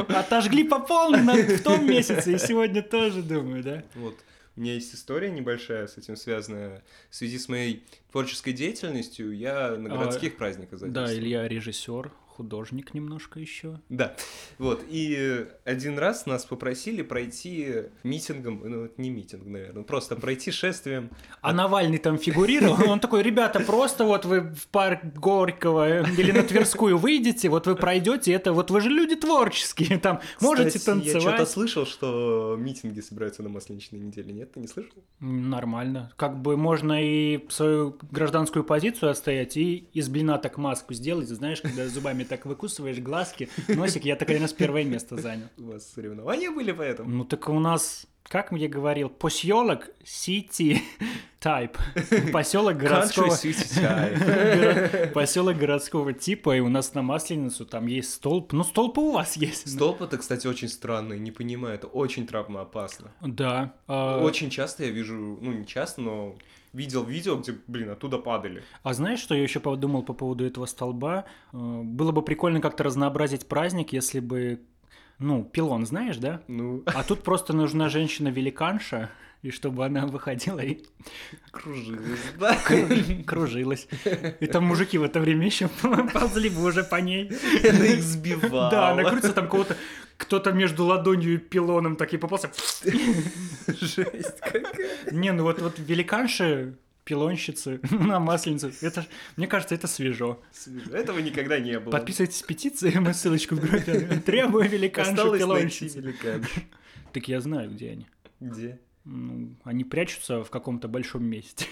Отожгли по полной на- в том месяце и сегодня тоже, думаю, да?
Вот. У меня есть история небольшая с этим связанная. В связи с моей творческой деятельностью я на
А,
городских праздниках
Да,
задействован.
Илья режиссер, художник немножко еще.
Да. Вот. И э, один раз нас попросили пройти митингом, ну, это не митинг, наверное, просто пройти шествием.
А Навальный там фигурировал, он такой, ребята, просто вот вы в парк Горького или на Тверскую выйдете, вот вы пройдете, это вот вы же люди творческие, там можете
Кстати, Я что-то
танцевать.
слышал, что митинги собираются на масленичной неделе. Нет, ты не слышал?
М, Нормально. Как бы можно и свою гражданскую позицию отстоять, и из блина так маску сделать. Знаешь, когда зубами так выкусываешь глазки, носик, я так один раз первое место занял.
У вас соревнования были по этому?
Ну так у нас, как мне говорил, поселок City Type. Поселок городского...
Country City Time.
Поселок городского типа, и у нас на Масленицу там есть столб. Ну, столб и у вас есть.
Столб это, кстати, очень странно, не понимаю, это очень травмоопасно.
Да. а-
Очень часто я вижу, ну не часто, но видел видео, где, блин, оттуда падали.
А знаешь, что я еще подумал по поводу этого столба? Э, Было бы прикольно как-то разнообразить праздник, если бы, ну, пилон, знаешь, да?
Ну,
А тут просто нужна женщина-великанша, и чтобы она выходила и
кружилось, да?
кружилась. И там мужики в это время еще ползли бы уже по ней.
Она их сбивала.
Да, она крутится там кого-то, кто-то между ладонью и пилоном такие попался.
Жесть какая.
Не, ну вот, вот великанши пилонщицы на масленице. Это, ж- мне кажется, это свежо.
Свежо. Этого никогда не было.
Подписывайтесь петиции, мы ссылочку в группе. Требую великаншу
Осталось найти
пилонщицы.
великаншу.
Так я знаю, где они.
Где?
Ну, они прячутся в каком-то большом месте.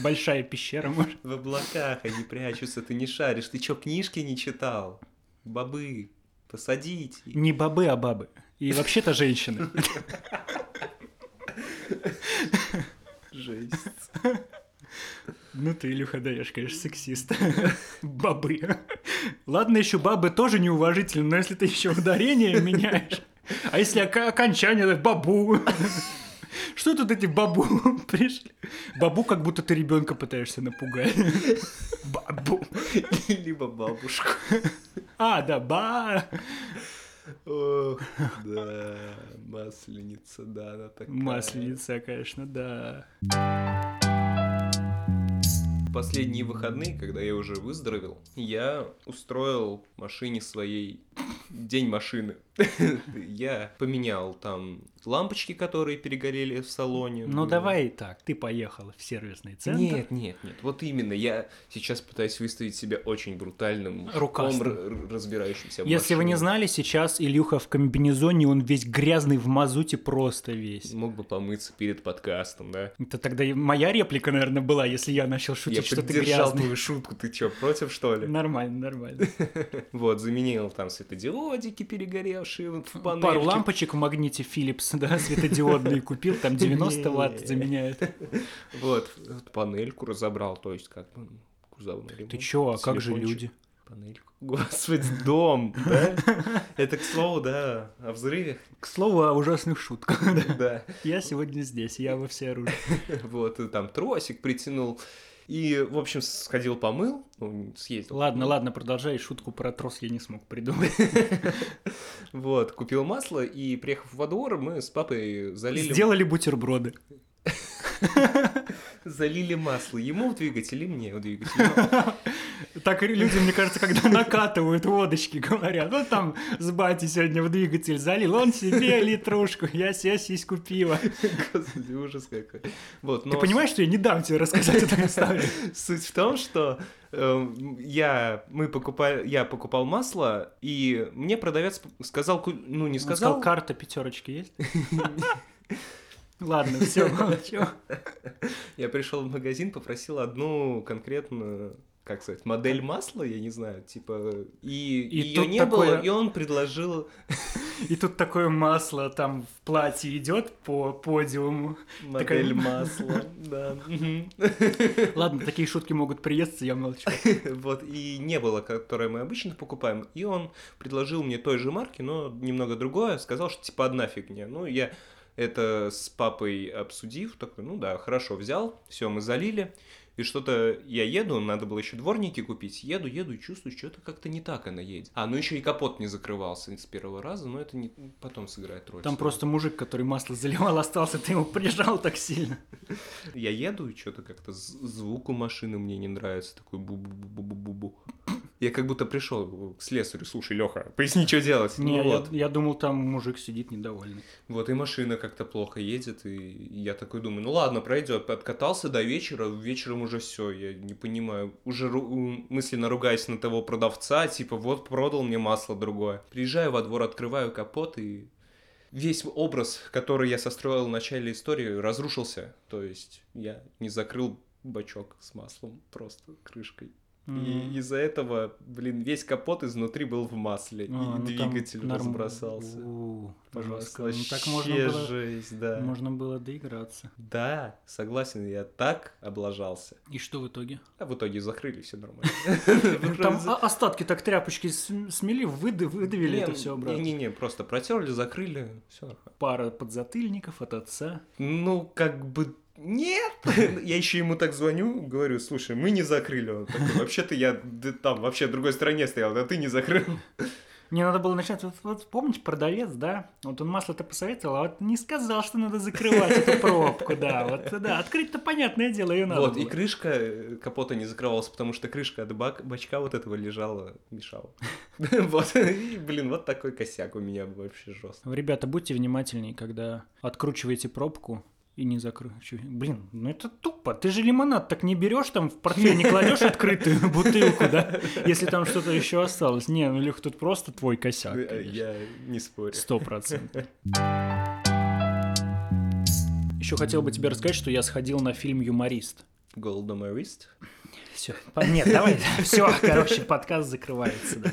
Большая пещера, может.
В облаках они прячутся, ты не шаришь. Ты чё, книжки не читал? Бобы, посадить.
Не бабы, а бабы. И вообще-то женщины.
Жесть.
Ну ты, Илюха, даешь, конечно, сексист. Бабы. Ладно, еще бабы тоже неуважительно, но если ты еще ударение меняешь. А если ока- окончание, да, бабу. Что тут эти бабу пришли? Бабу, как будто ты ребенка пытаешься напугать. Бабу.
Либо бабушку.
А, да, ба.
Ох, да, масленица, да, она такая.
Масленица, конечно, да.
Последние выходные, когда я уже выздоровел, я устроил машине своей день машины. Я поменял там лампочки, которые перегорели в салоне.
Ну
Я-
давай так, ты поехал в сервисный центр.
Нет, нет, нет. Вот именно. Я сейчас пытаюсь выставить себя очень брутальным, мужиком,
Рукастым.
р- р- разбирающимся в
Если вы не
машинах.
знали, сейчас Илюха в комбинезоне, он весь грязный в мазуте просто весь.
Мог бы помыться перед подкастом, да?
Это тогда и моя реплика, наверное, была, если я начал шутить,
я
что ты
поддержал
грязный.
твою шутку. Ты чё, против, что ли?
Нормально, нормально.
Вот, заменил там светодиодики перегоревшие в панельке.
Пару лампочек в магните Philips, да, светодиодные купил, там 90 ватт заменяет.
Вот, вот панельку разобрал, то есть как бы ну, кузовной ремонт,
Ты чё, а как же
телефончик,
люди?
Панельку. Господи, дом, да? Это, к слову, да, о взрыве,
К слову о ужасных шутках.
да.
Я сегодня здесь, я во всеоружии.
Вот, и там тросик притянул. И, в общем, сходил помыл, ну, съездил.
Ладно, ладно, продолжай шутку про трос, я не смог придумать.
Вот, купил масло, и, приехав во двор, мы с папой залили,
Сделали бутерброды.
залили масло. Ему в двигатель, и мне в двигатель.
Так и люди, мне кажется, когда накатывают водочки, говорят, ну там с бати сегодня в двигатель залил, он себе литрушку, я себе сиську пива.
Господи, ужас какой. Вот,
Ты
но
понимаешь, что я не дам тебе рассказать эту историю?
Суть в том, что эм, я, мы покупали, я покупал масло, и мне продавец п- сказал, ку- ну не
Он
сказал,
карта пятерочки есть? Ладно, все, молчу.
я пришел в магазин, попросил одну конкретно, как сказать, модель масла, я не знаю, типа, и, ее
тут
не
такое-
было, и он предложил
И тут такое масло там в платье идет по подиуму.
модель масла, да. мгм.
Ладно, такие шутки могут приесться, я молчу.
Вот, и не было, которое мы обычно покупаем. И он предложил мне той же марки, но немного другое. Сказал, что типа одна фигня. Ну, я это с папой обсудив, такой, ну да, хорошо, взял, все, мы залили. И что-то я еду, надо было еще дворники купить. Еду, еду, и чувствую, что-то как-то не так она едет. А, ну еще и капот не закрывался с первого раза, но это не... потом сыграет роль.
Там просто мужик, который масло заливал, остался, ты его прижал так сильно.
Я еду, и что-то как-то з- звук у машины мне не нравится, такой бу-бу-бу-бу-бу-бу. Я как будто пришел к слесарю, слушай, Леха, поясни, что делать.
Не,
ну,
я-
вот.
я думал, там мужик сидит недовольный.
вот и машина как-то плохо едет, и я такой думаю, ну ладно, пройдет. Откатался до вечера, вечером уже все, я не понимаю. Уже ру- м, мысленно ругаясь на того продавца, типа, вот продал мне масло другое. Приезжаю во двор, открываю капот и весь образ, который я состроил в начале истории, разрушился. То есть я не закрыл бачок с маслом просто крышкой.
М.
И из-за этого, блин, весь капот изнутри был в масле, и
А, ну там
двигатель
норм-
разбросался.
У,
Пожалуйста,
жестко. Ну, так можно
вообще
было,
жесть, да.
можно было доиграться.
Да, согласен, я так облажался.
И что в итоге? Ну,
А в итоге закрыли все нормально.
Там о- остатки так тряпочки с- смели, выда- выдавили
Не,
это все обратно.
Не-не-не, просто протерли, закрыли, все
Пара подзатыльников от отца.
Ну, как бы нет. Я еще ему так звоню, говорю, слушай, мы не закрыли. Он такой, вообще-то я д- там вообще в другой стране стоял, да ты не закрыл.
Мне надо было начать, вот, вот помните, продавец, да? Вот он масло-то посоветовал, а вот не сказал, что надо закрывать эту пробку, да. Вот, да, открыть-то понятное дело, ее надо
Вот, и
было.
крышка э, капота не закрывалась, потому что крышка от бак- бачка вот этого лежала, мешала. Вот, и, блин, вот такой косяк у меня был вообще жестко.
Ребята, будьте внимательнее, когда откручиваете пробку И не закрыл. Блин, ну это тупо. Ты же лимонад так не берешь там в портфель, не кладешь открытую бутылку, да? Если там что-то еще осталось. Не, ну Лех, тут просто твой косяк.
Я не спорю.
Сто процентов. Еще хотел бы тебе рассказать, что я сходил на фильм «Юморист».
Голдомерист?
Все. Нет, давай. Все, короче, подкаст закрывается. Да.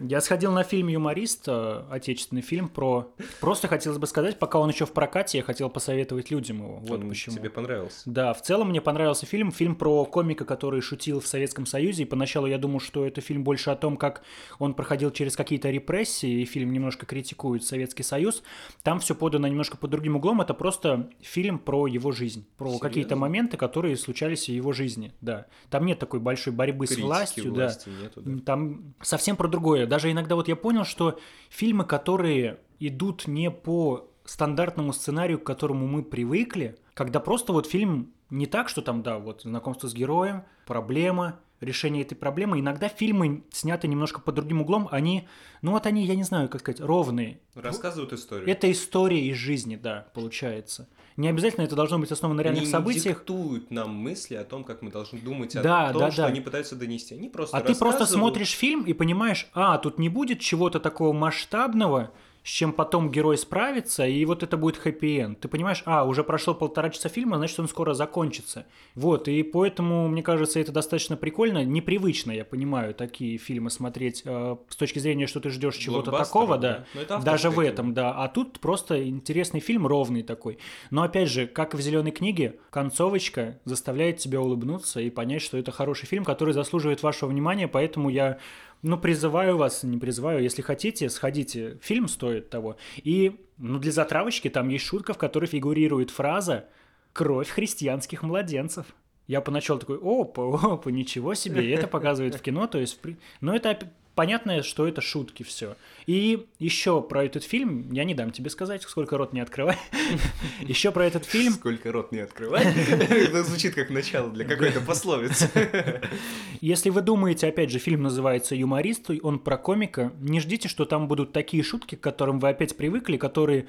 Я сходил на фильм «Юморист», э, отечественный фильм про... Просто хотелось бы сказать, пока он еще в прокате, я хотел посоветовать людям его. Вот
Он
почему.
Тебе понравился?
Да, в целом мне понравился фильм. Фильм про комика, который шутил в Советском Союзе. И поначалу я думал, что это фильм больше о том, как он проходил через какие-то репрессии, и фильм немножко критикует Советский Союз. Там все подано немножко под другим углом. Это просто фильм про его жизнь, про
Серьезно?
какие-то моменты, которые случались в его жизни. Да. Там нет такой большой борьбы
Критики
с властью, да.
власти нету, да.
Там совсем про другое. Даже иногда вот я понял, что фильмы, которые идут не по стандартному сценарию, к которому мы привыкли, когда просто вот фильм не так, что там, да, вот знакомство с героем, проблема, решение этой проблемы. Иногда фильмы сняты немножко под другим углом, они, ну вот они, я не знаю, как сказать, ровные.
Рассказывают историю.
ну, Это история из жизни, да, получается. Не обязательно это должно быть основано на реальных
не
событиях.
диктуют нам мысли о том, как мы должны думать
Да,
о том,
да,
что
да.
они пытаются донести. Они просто
А ты просто
рассказывают.
смотришь фильм и понимаешь, а, тут не будет чего-то такого масштабного, с чем потом герой справится, и вот это будет хэппи-энд. Ты понимаешь, а, уже прошло полтора часа фильма, значит, он скоро закончится. Вот, и поэтому, мне кажется, это достаточно прикольно, непривычно, я понимаю, такие фильмы смотреть э, с точки зрения, что ты ждешь чего-то
Блокбастеры,
такого, да.
Но это
Даже в
авторское
этом, да. А тут просто интересный фильм, ровный такой. Но опять же, как и в зеленой книге, концовочка заставляет тебя улыбнуться и понять, что это хороший фильм, который заслуживает вашего внимания. Поэтому я, ну, призываю вас, не призываю, если хотите, сходите. Фильм стоит того. И, ну, для затравочки там есть шутка, в которой фигурирует фраза «Кровь христианских младенцов». Я поначалу такой, опа, опа, ничего себе, и это показывает в кино, то есть, в при- ну это опя- понятно, что это шутки все. И еще про этот фильм, я не дам тебе сказать, сколько рот не открывай, еще про этот
фильм.
фильм,
Сколько рот не открывай. Это звучит как начало для какой-то пословицы.
если вы думаете, опять же, фильм называется «Юморист», и он про комика, не ждите, что там будут такие шутки, к которым вы опять привыкли, которые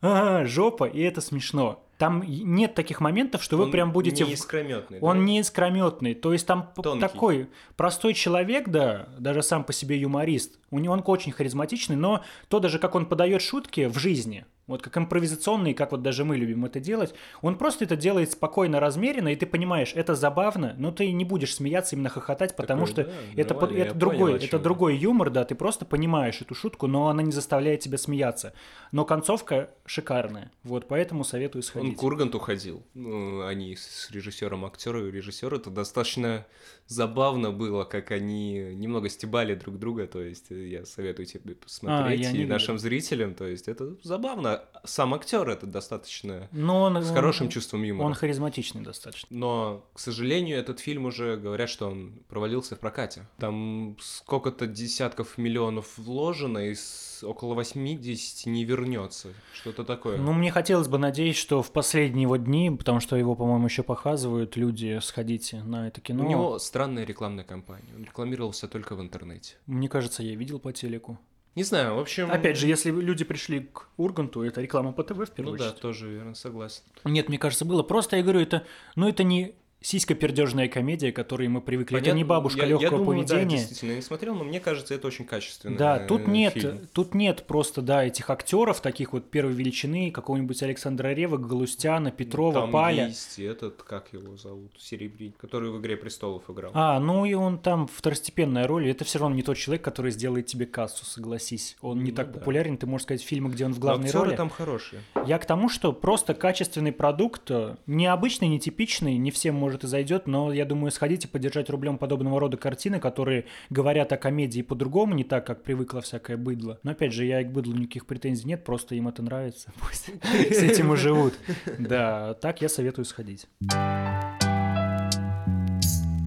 «А, жопа, и это смешно. Там и- нет таких моментов, что вы
Он
прям будете...
не
в-
искрометный.
Он не искрометный, то есть там п-
Тонкий.
такой простой человек, да, даже сам по себе юморист. У него он очень харизматичный, но то даже как он подает шутки в жизни, вот как импровизационный, как вот даже мы любим это делать, он просто это делает спокойно, размеренно, и ты понимаешь, это забавно, но ты не будешь смеяться именно хохотать, потому что это, под-
ну
это другой, это другой юмор, да, ты просто понимаешь эту шутку, но она не заставляет тебя смеяться. Но концовка шикарная, вот поэтому советую сходить.
Он к Урганту ходил. Ну, они с режиссером, актера и режиссер. Это достаточно забавно было, как они немного стебали друг друга. То есть э, я советую тебе посмотреть
А, я не
и
видел.
нашим зрителям. То есть это забавно. Сам актер это достаточно
Но Ну, он,
с хорошим
он-
чувством юмора.
Он харизматичный достаточно.
Но, к сожалению, этот фильм уже говорят, что он провалился в прокате. Там сколько-то десятков миллионов вложено, и с- около 80 не вернется. Что-то такое.
Ну, мне хотелось бы надеясь, что в последние его дни, потому что его, по-моему, еще показывают, люди, сходите на это кино.
У него странная рекламная кампания. Он рекламировался только в интернете.
Мне кажется, я видел по телеку.
Не знаю, в общем...
Опять же, если люди пришли к Урганту, это реклама по ТВ в первую
Ну да,
очередь.
тоже верно, согласен.
Нет, мне кажется, было. Просто я говорю, это, ну, это не сиська пердежная комедия, к которой мы привыкли. Это
Понятно.
не бабушка
Я- я
легкого
думаю, да,
поведения.
действительно, э, я не смотрел, но мне кажется, это очень качественно.
Да, тут нет, тут нет просто, да, этих актеров, таких вот первой величины, какого-нибудь Александра Рева, Галустяна, Петрова,
Там
Паля.
есть этот, как его зовут, Серебряник, который в «Игре престолов» играл.
А, ну и он там второстепенная роль, и это все равно не тот человек, который сделает тебе кассу, согласись. Он не
Ну
так
да.
популярен, ты можешь сказать фильмы, где он в
Но
главной
актеры
роли.
там хорошие.
Я к тому, что просто качественный продукт, э, необычный, нетипичный, не всем может и зайдет, но я думаю, сходите поддержать рублем подобного рода картины, которые говорят о комедии по-другому, не так, как привыкла всякое быдло. Но опять же, я и к быдлу никаких претензий нет, просто им это нравится, пусть с этим и живут. Да, так я советую сходить.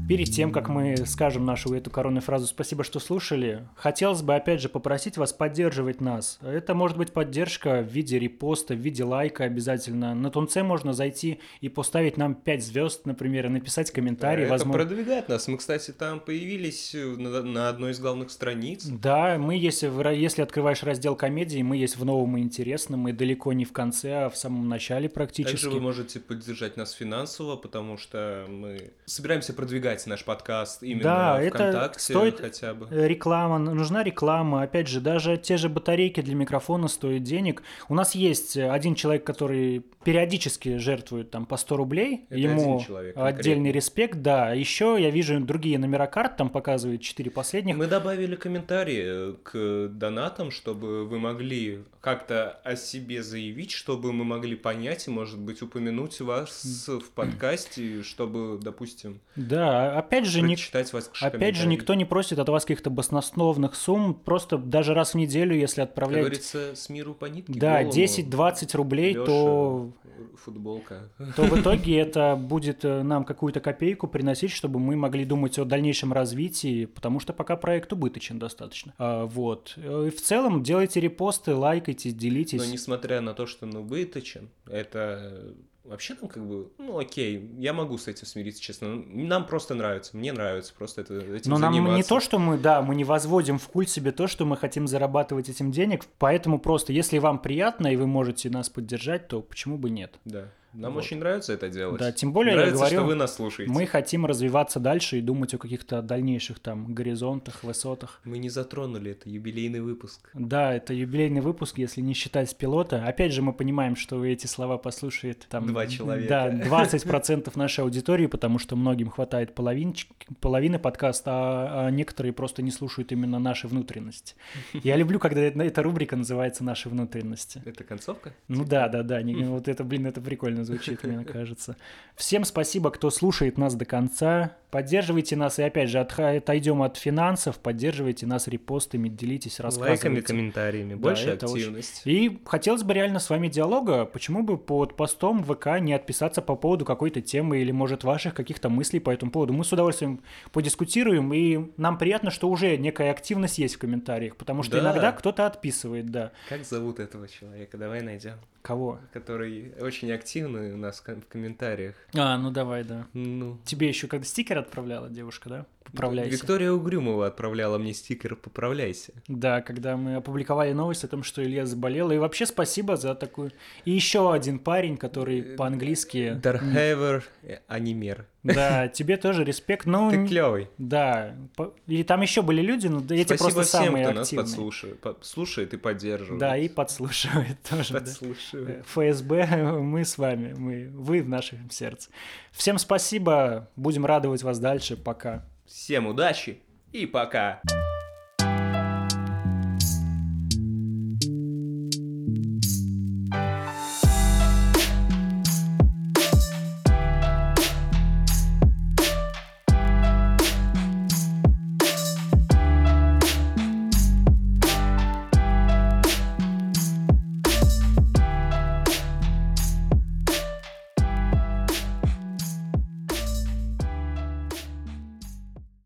Перед тем, как мы скажем нашу эту коронную фразу «Спасибо, что слушали», хотелось бы опять же попросить вас поддерживать нас. Это может быть поддержка в виде репоста, в виде лайка обязательно. На Тунце можно зайти и поставить нам 5 звезд, например, и написать комментарий.
Это
возможно...
продвигает нас. Мы, кстати, там появились э, на, на одной из главных страниц.
Да, мы есть, в ра- если открываешь раздел комедии, мы есть в новом и интересном, мы далеко не в конце, а в самом начале практически.
Также вы можете поддержать нас финансово, потому что мы собираемся продвигать наш подкаст именно
Да, это
ВКонтакте
стоит-
хотя бы.
Э, Реклама, н- нужна реклама. Опять же, даже те же батарейки для микрофона стоят денег. У нас есть э, один человек, который периодически жертвует там по 100 рублей.
Это
Ему
один человек
отдельный респект, да. Еще я вижу другие номера карт, там показывают 4 последних.
Мы добавили комментарии э, к донатам, чтобы вы могли как-то о себе заявить, чтобы мы могли понять и, может быть, упомянуть вас в подкасте, чтобы, допустим,
Да, опять же, ни-
прочитать вас
Опять же, никто не просит от вас каких-то баснословных сумм, просто даже раз в неделю, если
Как
отправляете,
говорится, с миру по нитке.
да,
голому.
10-20 рублей, то
Лёша, Футболка.
то в итоге это будет э, нам какую-то копейку приносить, чтобы мы могли думать о дальнейшем развитии, потому что пока проект убыточен достаточно. А, Вот. Э, И в целом делайте репосты, лайкайте, делитесь.
Но несмотря на то, что он убыточен, это э, вообще там как бы, ну окей, я могу с этим смириться, честно. Нам просто нравится, мне нравится просто это, этим
Но нам не
заниматься.
то, что мы, да, мы не возводим в культ себе то, что мы хотим зарабатывать этим денег, поэтому просто, если вам приятно и вы можете нас поддержать, то почему бы нет?
Да. Нам
Вот.
очень нравится это делать.
Да, тем более, я
нравится,
говорю,
что вы нас слушаете.
Мы хотим развиваться дальше и думать о каких-то дальнейших там горизонтах, высотах.
Мы не затронули это, юбилейный выпуск.
Да, это юбилейный выпуск, если не считать с пилота. Опять же, мы понимаем, что эти слова послушает там...
Два человека.
Да, 20% нашей аудитории, потому что многим хватает половинчик, половины подкаста, а, а некоторые просто не слушают именно наши внутренности. Я люблю, когда это- эта рубрика называется «Наши внутренности».
Это концовка?
Ну да, да, да, не- вот это, блин, это прикольно звучит, мне кажется. Всем спасибо, кто слушает нас до конца. Поддерживайте нас и опять же отха- отойдем от финансов, поддерживайте нас репостами, делитесь,
Лайками,
рассказывайте.
комментариями,
Да,
больше
это очень-
активность.
И хотелось бы реально с вами диалога, почему бы под постом в ВК не отписаться по поводу какой-то темы или, может, ваших каких-то мыслей по этому поводу. Мы с удовольствием подискутируем, и нам приятно, что уже некая активность есть в комментариях, потому что
Да.
иногда кто-то отписывает, да.
Как зовут этого человека? Давай найдем.
Кого?
Который очень активный у нас ком- в комментариях.
А, ну давай, да.
Ну,
Тебе еще когда стикер отправляла девушка, да? Поправляйся.
Виктория Угрюмова отправляла мне стикер «Поправляйся».
Да, когда мы опубликовали новость о том, что Илья заболел. И вообще спасибо за такую... И еще один парень, который
Э,
по-английски...
Дархевер э, анимер.
Да, тебе тоже респект. Ну,
Ты клевый.
да. По- И там еще были люди, но эти
Спасибо
просто
всем,
самые
кто нас
активные.
подслушает, по- слушает и поддерживает.
Да, и подслушивает тоже. да.
подслушивает.
ФСБ, мы с вами, мы, вы в нашем сердце. Всем спасибо, будем радовать вас дальше, пока.
Всем удачи и пока.